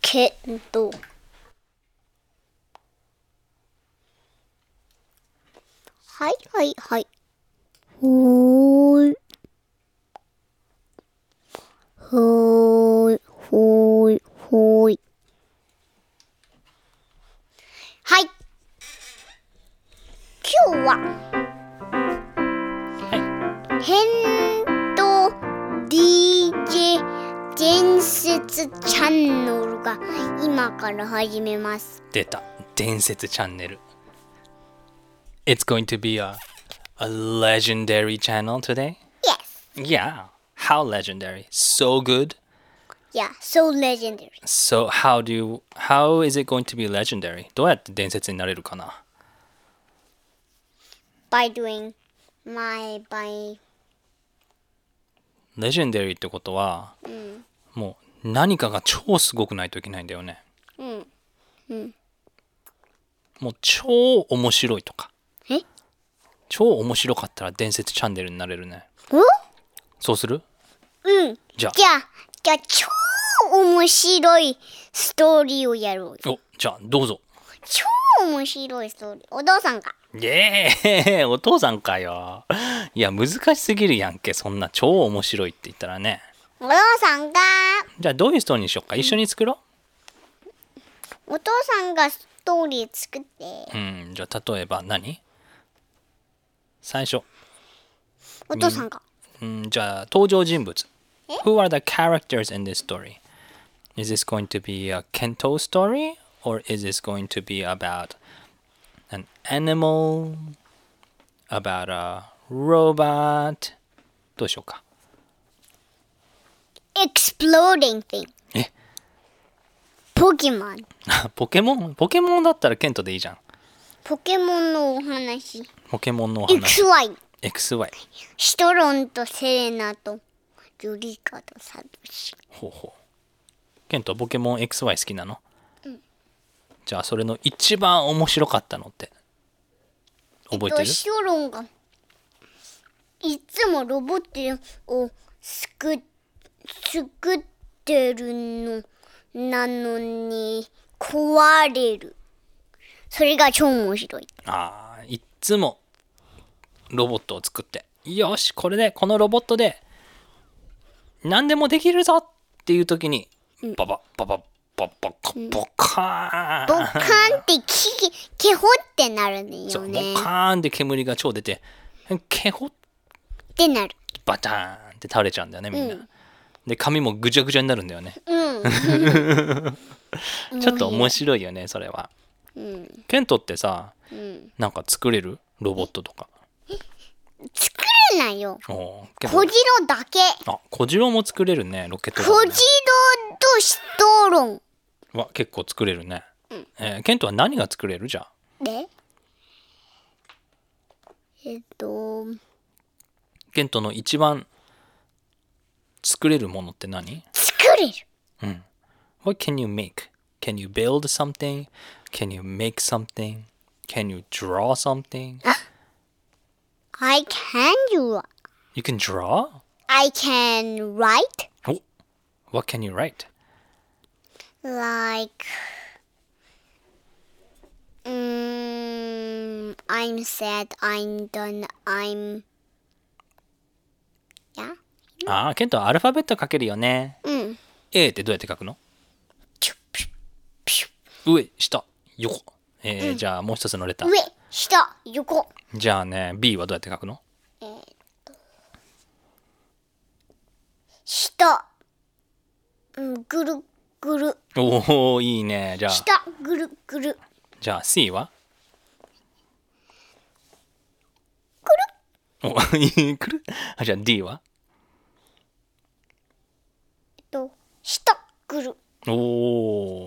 けんとはいはいはいほーいほーいほーいほーいはい今日は変動 DJ 伝説チャンネルが今から始めます。出た伝説チャンネル It's going to be a, a legendary channel today? Yes. Yeah. How legendary? So good. Yeah, so legendary. So how do you, how is it going to be legendary? どうやって伝説になれるかな By doing my by ?legendary ってことは、もう何かが超すごくないといけないんだよね。うんもう超面白いとか。え超面白かったら伝説チャンネルになれるね。おそうするうん。じゃあじ。ゃあじゃあ超面白いストーリーをやろうよ。お、じゃあどうぞ。超面白いストーリー。お父さんが。イエーイお父さんかよ。いや、難しすぎるやんけ。そんな超面白いって言ったらね。お父さんがじゃあ、どういうストーリーにしようか。一緒に作ろお父さんがストーリー作って。う。うん。じゃあ、例えば何最初。お父さんが。うん、じゃあ、登場人物。Who are the characters in this story? Is this going to be a Kento story? Or is this going to be about an animal? About a robot? どうしようか。 exploding thing. えポケモン。 ポケモンポケモンだったらケントでいいじゃん。ポケモンのお話。ポケモンのお話。 XY。 XY。シトロンとセレナとユリカとサトシ。ほうほう。ケント、ポケモン XY 好きなのじゃあ、それの一番面白かったのって。覚えてえっとるシトロンがいつもロボットを救っ救ってるのなのに壊れる。それが超面白 い。ああ、いっつもロボットを作って、よし、これで、このロボットで、何でもできるぞっていう時に、ババババババカボカボーンカンってき、けほってなるんだそようボね。カーンって煙が超出て、けほっってなる。バターンって倒れちゃうんだよねみんな、で髪もぐちゃぐちゃになるんだよね、 ちょっと面白いよねそれは、ケントってさ、なんか作れるロボットとか作れないよ。おーけど小次郎だけ。あ小次郎も作れるねロケット小だもん次ね郎とシトロンわ結構作れるね、えーケントは何が作れるじゃあで、えっと、ケントの一番作れるものって何作れる。 What can you make? Can you build something? Can you make something? Can you draw something? I can do. You can draw? I can write Oh, what can you write? like. Um, I'm sad. I'm done. I'm. Yeah. ああ、ケントはアルファベット書けるよね。うん。 A ってどうやって書くのチュッピュッピュッ上、下、横。えーじゃあもう一つのレター。上、下、横。じゃあね、B はどうやって書くの下。うん、ぐるぐる。おお、いいね。じゃあ、下、ぐるぐる。じゃあ C はくるお、いい、くるあじゃあ D はえっと、下、ぐる。お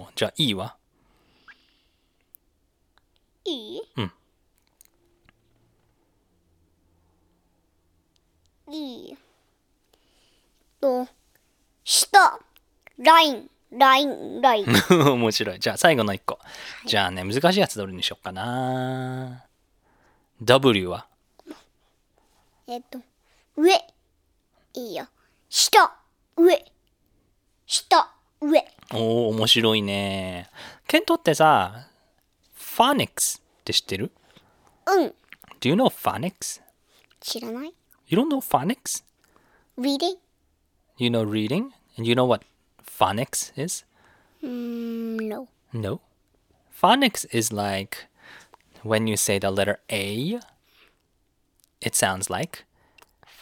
お、じゃあ E はいいうん。いい。と、下、ライン、ライン、ライン。 面白い。じゃあ最後の一個。じゃあね、難しいやつどれにしようかな。W はえっと、上、いいよ。下、上、下、上。おお、面白いね。ケントってさ、ファネックスって知ってるうん。 ?Do you know phonics? 知らない You don't know phonics? ?Reading? You know reading? And you know what phonics is? Mm, no. No. Phonics is like when you say the letter A, it sounds like.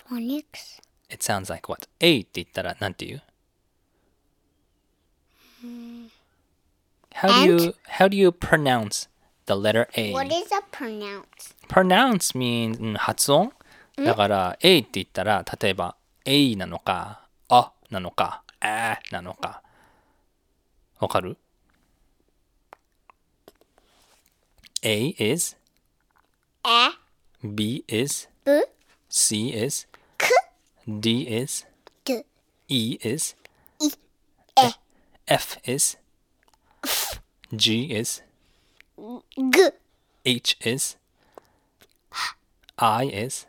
Phonics? It sounds like what? A って言ったらなんて言う How do you how do you pronounce the letter A? What is a pronounce? pronounce means うん発音だから A って言ったら例えば A なのかあなのかあなのかわかる ?A is A, B is B, C is K, D is D, E is I, E, F is G is G, H is I is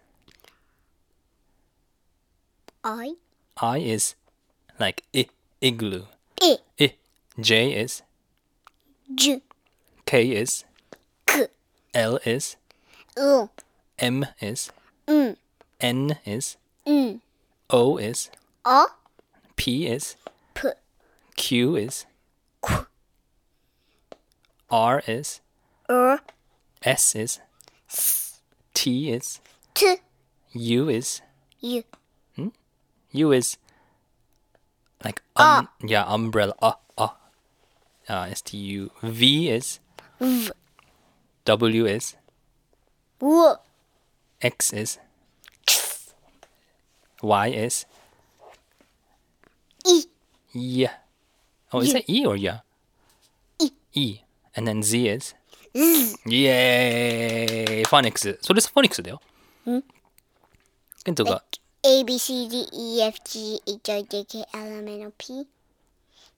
I, I is like I, igloo E, I, J is J, K is, K, L is, L, M is, M, N is, M, O is, O, P is, P, Q is, Q, R is, R, S is, T is, T, U is, U, U is, like um, yeah, umbrella, uh, uh, uh, S T U, V is, V, W is, W, X is, Y is, E, yeah. Oh, is it E or yeah? E. E, and then Z is. Z, イエーイファネックス。それファネックスだよ。ケントが、 A, B, C, D, E, F, G, H, I, J, K, L, M, N, O, P,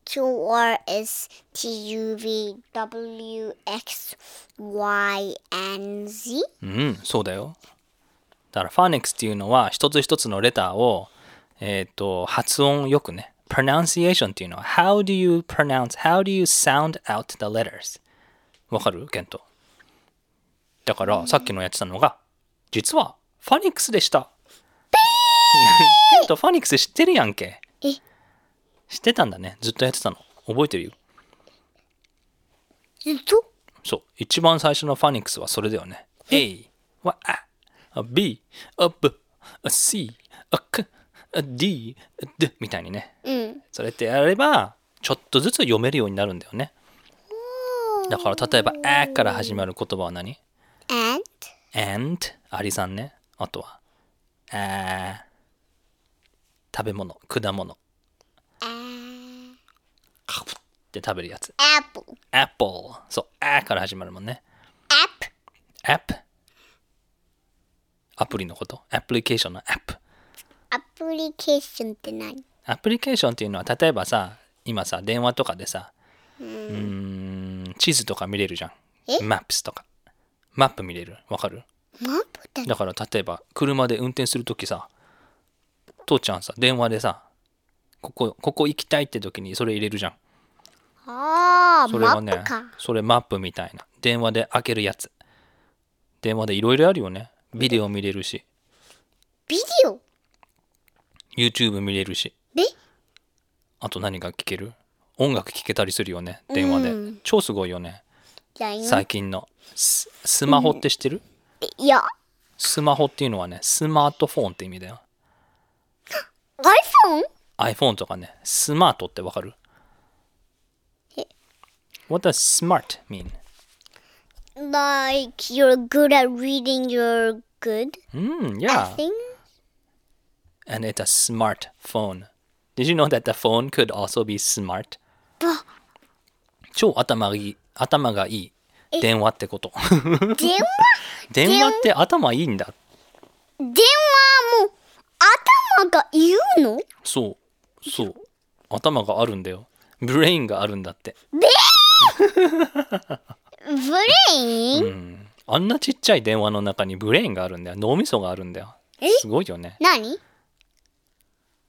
Q, R, S, T, U, V, W, X, Y, and Z. うん、そうだよ。だからファネックスっていうのは、一つ一つのレターを、えっ、と、発音よくね。pronunciation っていうのは、how do you pronounce, how do you sound out the letters? わかるケント。だから、さっきのやってたのが、実は、ファニックスでした。ケント、ファニックス知ってるやんけ。え知ってたんだね。ずっとやってたの。覚えてるよ。ずっとそう。一番最初のファニックスはそれだよね。A は A、B、A、B、A、C、A、K、A、D、A、D みたいにね。うん。それってやれば、ちょっとずつ読めるようになるんだよね。だから例えば、A から始まる言葉は何 And? ?And、アリさんね。あとは、A、食べ物、果物っ Uh, て食べるやつ。 apple. Apple。そう、A から始まるもんね。 App. app アプリのことアプリケーションの app Application って何アプリケーションっていうのは例えばさ今さ電話とかでさうーん地図とか見れるじゃんえ Maps とかマップ見れるわかるマップだだから例えば車で運転するときさ父ちゃんさ電話でさここここ行きたいって時にそれ入れるじゃんああ、それマはッねプか。それマップみたいな電話で開けるやつ電話でいろいろあるよねビデオ見れるしビデオ YouTube 見れるしであと何が聴ける音楽聴けたりするよね電話で、超すごいよね ?LINE? 最近のススマホって知ってる、いや、スマホっていうのはねスマートフォンって意味だよ iPhone? iPhone とかねスマートってわかるえ What does smart mean? Like, you're good at reading, you're good. うん、 I yeah. think. And it's a smart phone. Did you know that the phone could also be smart? 超頭がいい頭がいい電話ってこと 電話電話って頭いいんだ電話も頭が言うのそうそう頭があるんだよブレインがあるんだってブレイン、あんなちっちゃい電話の中にブレインがあるんだよ脳みそがあるんだよえすごいよね何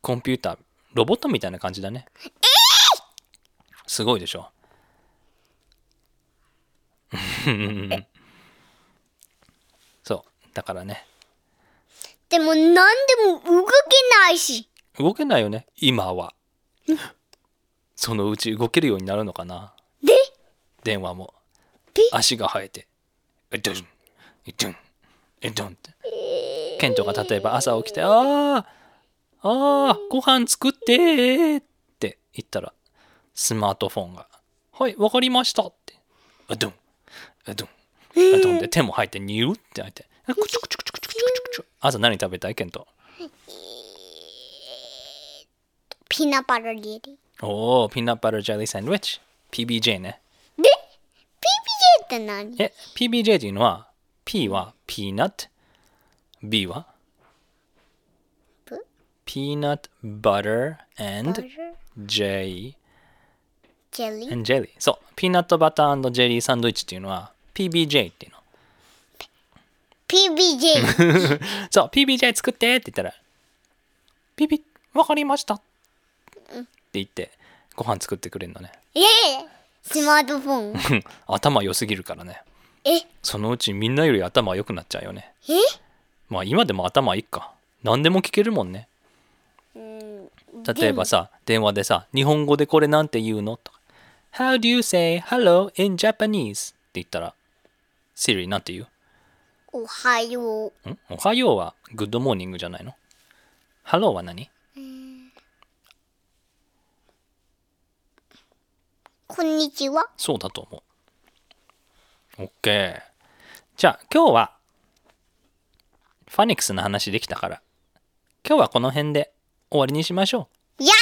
コンピューターロボットみたいな感じだねすごいでしょ そうだからねでも何でも動けないし。動けないよね今はそのうち動けるようになるのかなで、電話もピッ足が生えてえドゥンえドゥンえドゥンってケントが例えば朝起きて「あーあーご飯作って」って言ったらスマートフォンが「はいわかりました」って「あドゥンあドゥンあドゥン」で手も生えてニューって生えてあクチュクチュクチュクチュクチュクチュ朝何食べたいケントピナパラリエリ。おおピーナッツバタージェリーサンドイッチ PBJ ねで、PPJ って何え PBJ っていうのは P はピーナッツ B はぶピーナッツバター and J ジェリー and ジェリーそうピーナッツバタージェリーサンドイッチっていうのは PBJ っていうの ?PBJ。そう PBJ 作ってって言ったらピピわかりましたって言ってご飯作ってくれるのねえスマートフォン。うん頭良すぎるからねえ、え、そのうちみんなより頭良くなっちゃうよねまあ今でも頭いいか何でも聞けるもんね例えばさ電話でさ「日本語でこれなんて言うの?」とか「How do you say hello in Japanese?」って言ったら Siri なんて言うおはよう。んおはようはグッドモーニングじゃないのハローは何こんにちは。そうだと思う。OK。じゃあ今日はファニックスの話できたから今日はこの辺で終わりにしましょいや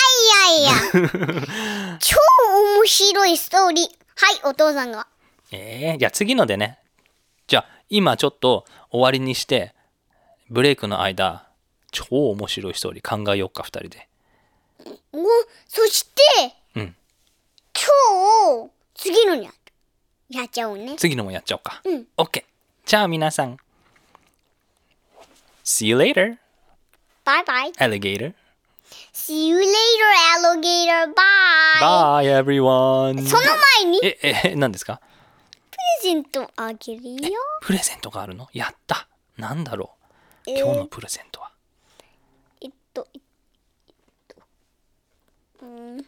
いやいや。 超面白いストーリー。はい、お父さんが。う。えー、じゃあ次のでね。じゃあ今ちょっと終わりにしてブレイクの間超面白いストーリー考えようか2人で。お、そして、うん。今日、次のにやるやっちゃおうね。次のもやっちゃおうか。うん。 OK。じゃあ皆さん。See you later, バイバイ。 alligator. See you later, alligator. Bye. Bye, everyone. その前にプレえ、え、 何ですかゼントあげるよ。プレゼントがあるのやったなんだろうえー今日のプレゼントは、えっと、えっと、うん。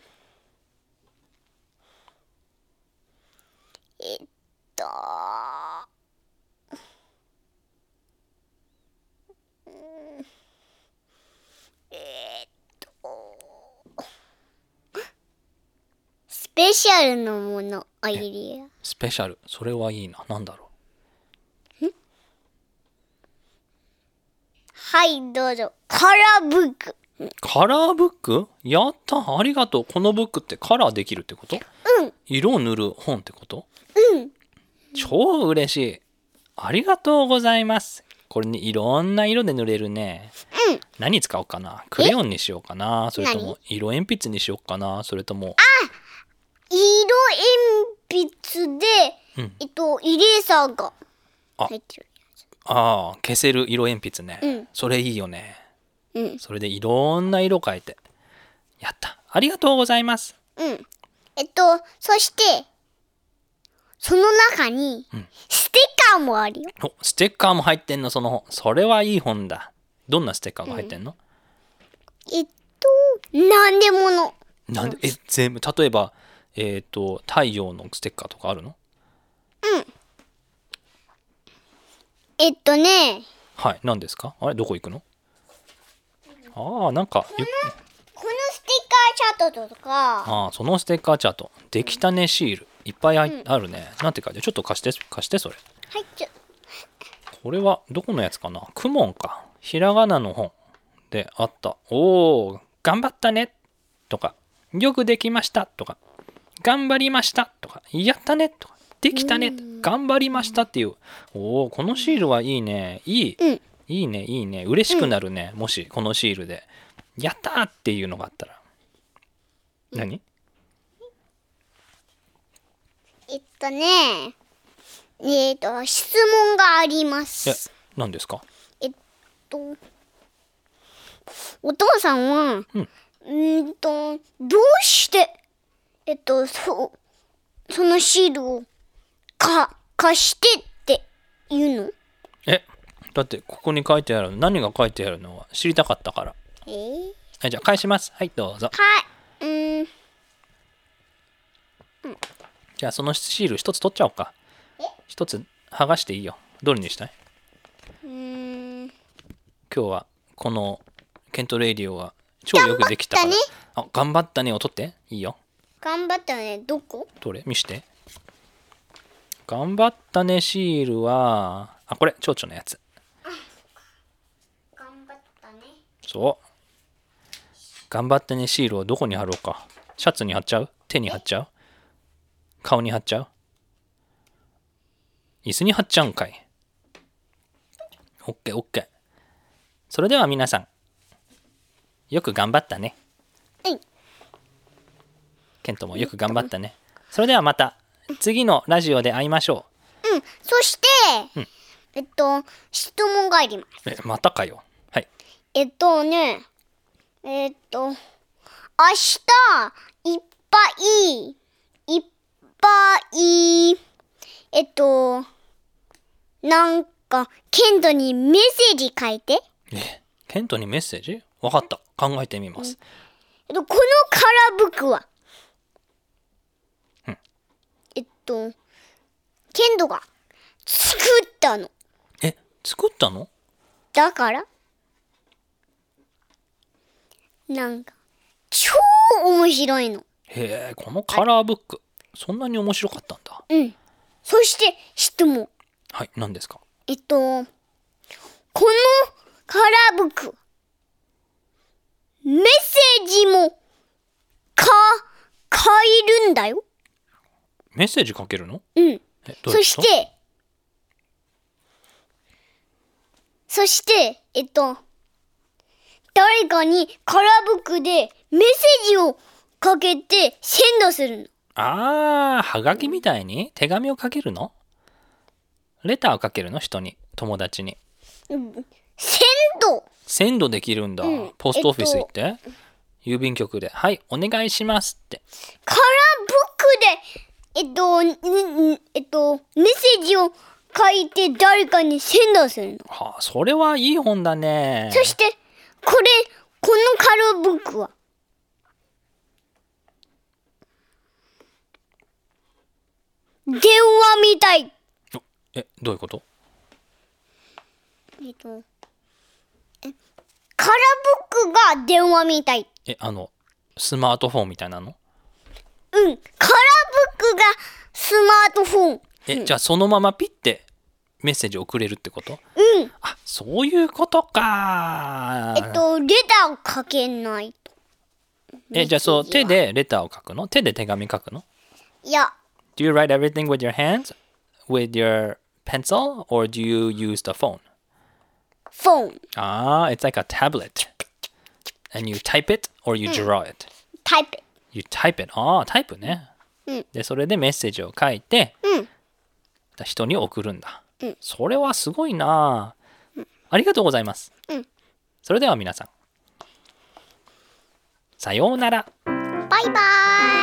えっと、うんえっと、スペシャルのものあげるよ。スペシャルそれはいいななんだろはい、どうぞ。カラーブック。うカラーブックやったありがとうこのブックってカラーできるってことうん。色を塗る本ってことうん超嬉しいありがとうございますこれにいろんな色で塗れるねうん何使おうかなクレヨンにしようかなそれとも色鉛筆にしようかなそれとも色鉛筆で、うんえっと、イレーサーがあ入ってる。ああ消せる色鉛筆ね、うんそれいいよねうん。それでいろんな色変えてやったありがとうございますうん。えっと、そして、その中に、ステッカーもあるよ。おステッカーも入ってんのその本それはいい本だどんなステッカーが入ってんの、えっと、なんでもの。なんでえ全部例えばえっ、と太陽のステッカーとかあるのえっとね、はい何ですかあれどこ行くのああなんかゆこのステッカーチャートとか、ああそのステッカーチャートできたねシールいっぱいあいあるね、なんて書いてあるちょっと貸して貸してそれはい、ちょ、これはどこのやつかなクモンか。ひらがなの本であった。おー、頑張ったねとか、よくできましたとか、頑張りましたとか、やったねとか、できたね、頑張りましたっていう。おー、このシールはいいね。いい。うんいいね、いいね。嬉しくなるね。もし、このシールで。やったーっていうのがあったら。何えっとね、えっと、質問がありまえす。、何ですかえっと、お父さんは、ううんーんと、どうしてえっと、そう、そのシールを、か、貸してって言うのえだってここに書いてある何が書いてあるのは知りたかったからえー、はいじゃあ返しますはいどうぞはい、うーん、じゃあそのシール一つ取っちゃおうか一つ剥がしていいよどれにしたいうーん、今日はこのケントレイディオは超よくできたから頑張あ頑張ったねを取っていいよ頑張ったね、どこどれ見して頑張ったねシールはあこれ蝶々のやつ頑張ったね。そう頑張ったねシールをどこに貼ろうかシャツに貼っちゃう手に貼っちゃう顔に貼っちゃう椅子に貼っちゃうんかい OKOK それでは皆さんよく頑張ったねはい、ケントもよく頑張ったね。それではまた次のラジオで会いましょうん、そして、えっと、質問があります。う。え、またかよ。はい。えっとね、えっと、明日、いっぱい、いっぱい、えっと、なんか、ケントにメッセージ書いて。えっえ、ケントにメッセージわかった。考えてみます。と、このカラブクは、えっと、ケントが作ったの。え、作ったのだから、なんか、超面白いの。へえ、このカラーブック、そんなに面白かったんだ。うん。そして質問。はい、何ですかえっと、このカラブク、メッセージも、か、変えるんだよ。メッセージ書けるのうん。え、どういそうしことて、そして、えっと、誰かにカラブクでメッセージをかけてセンドするの。あー、はがきみたいに手紙を書けるのレターを書けるの人に、友達に。センドセンドできるんだ。んポストオフィス行って、郵便局で、はい、お願いしますって。カラーブックで、えっと、んんえっと、メッセージを書いて誰かにセンドするの。はあ、それはいい本だね。そして、これ、このカラーブックは、電話みたい。おえ、どういうことえっと、えカラーブックが電話みたい。え、あの、スマートフォンみたいなのうん、カラーブックがスマートフォン。え、じゃあそのままピッてメッセージ送れるってことうん、あ、そういうことか。えっと、レターをかけない。え、じゃあそう、手でレターを書くの手で手紙書くのいや、 ?Do you write everything with your hands? With your pencil? Or do you use the phone? フォン、 Ah, it's like a tablet. And you type it or you draw it. タイプ。 You type it. ああ、タイプね。うんで、それでメッセージを書いて、うん人に送るんだ。うんそれはすごいなあ、ありがとうございます。うんそれでは皆さん、さようなら。バイバーイ。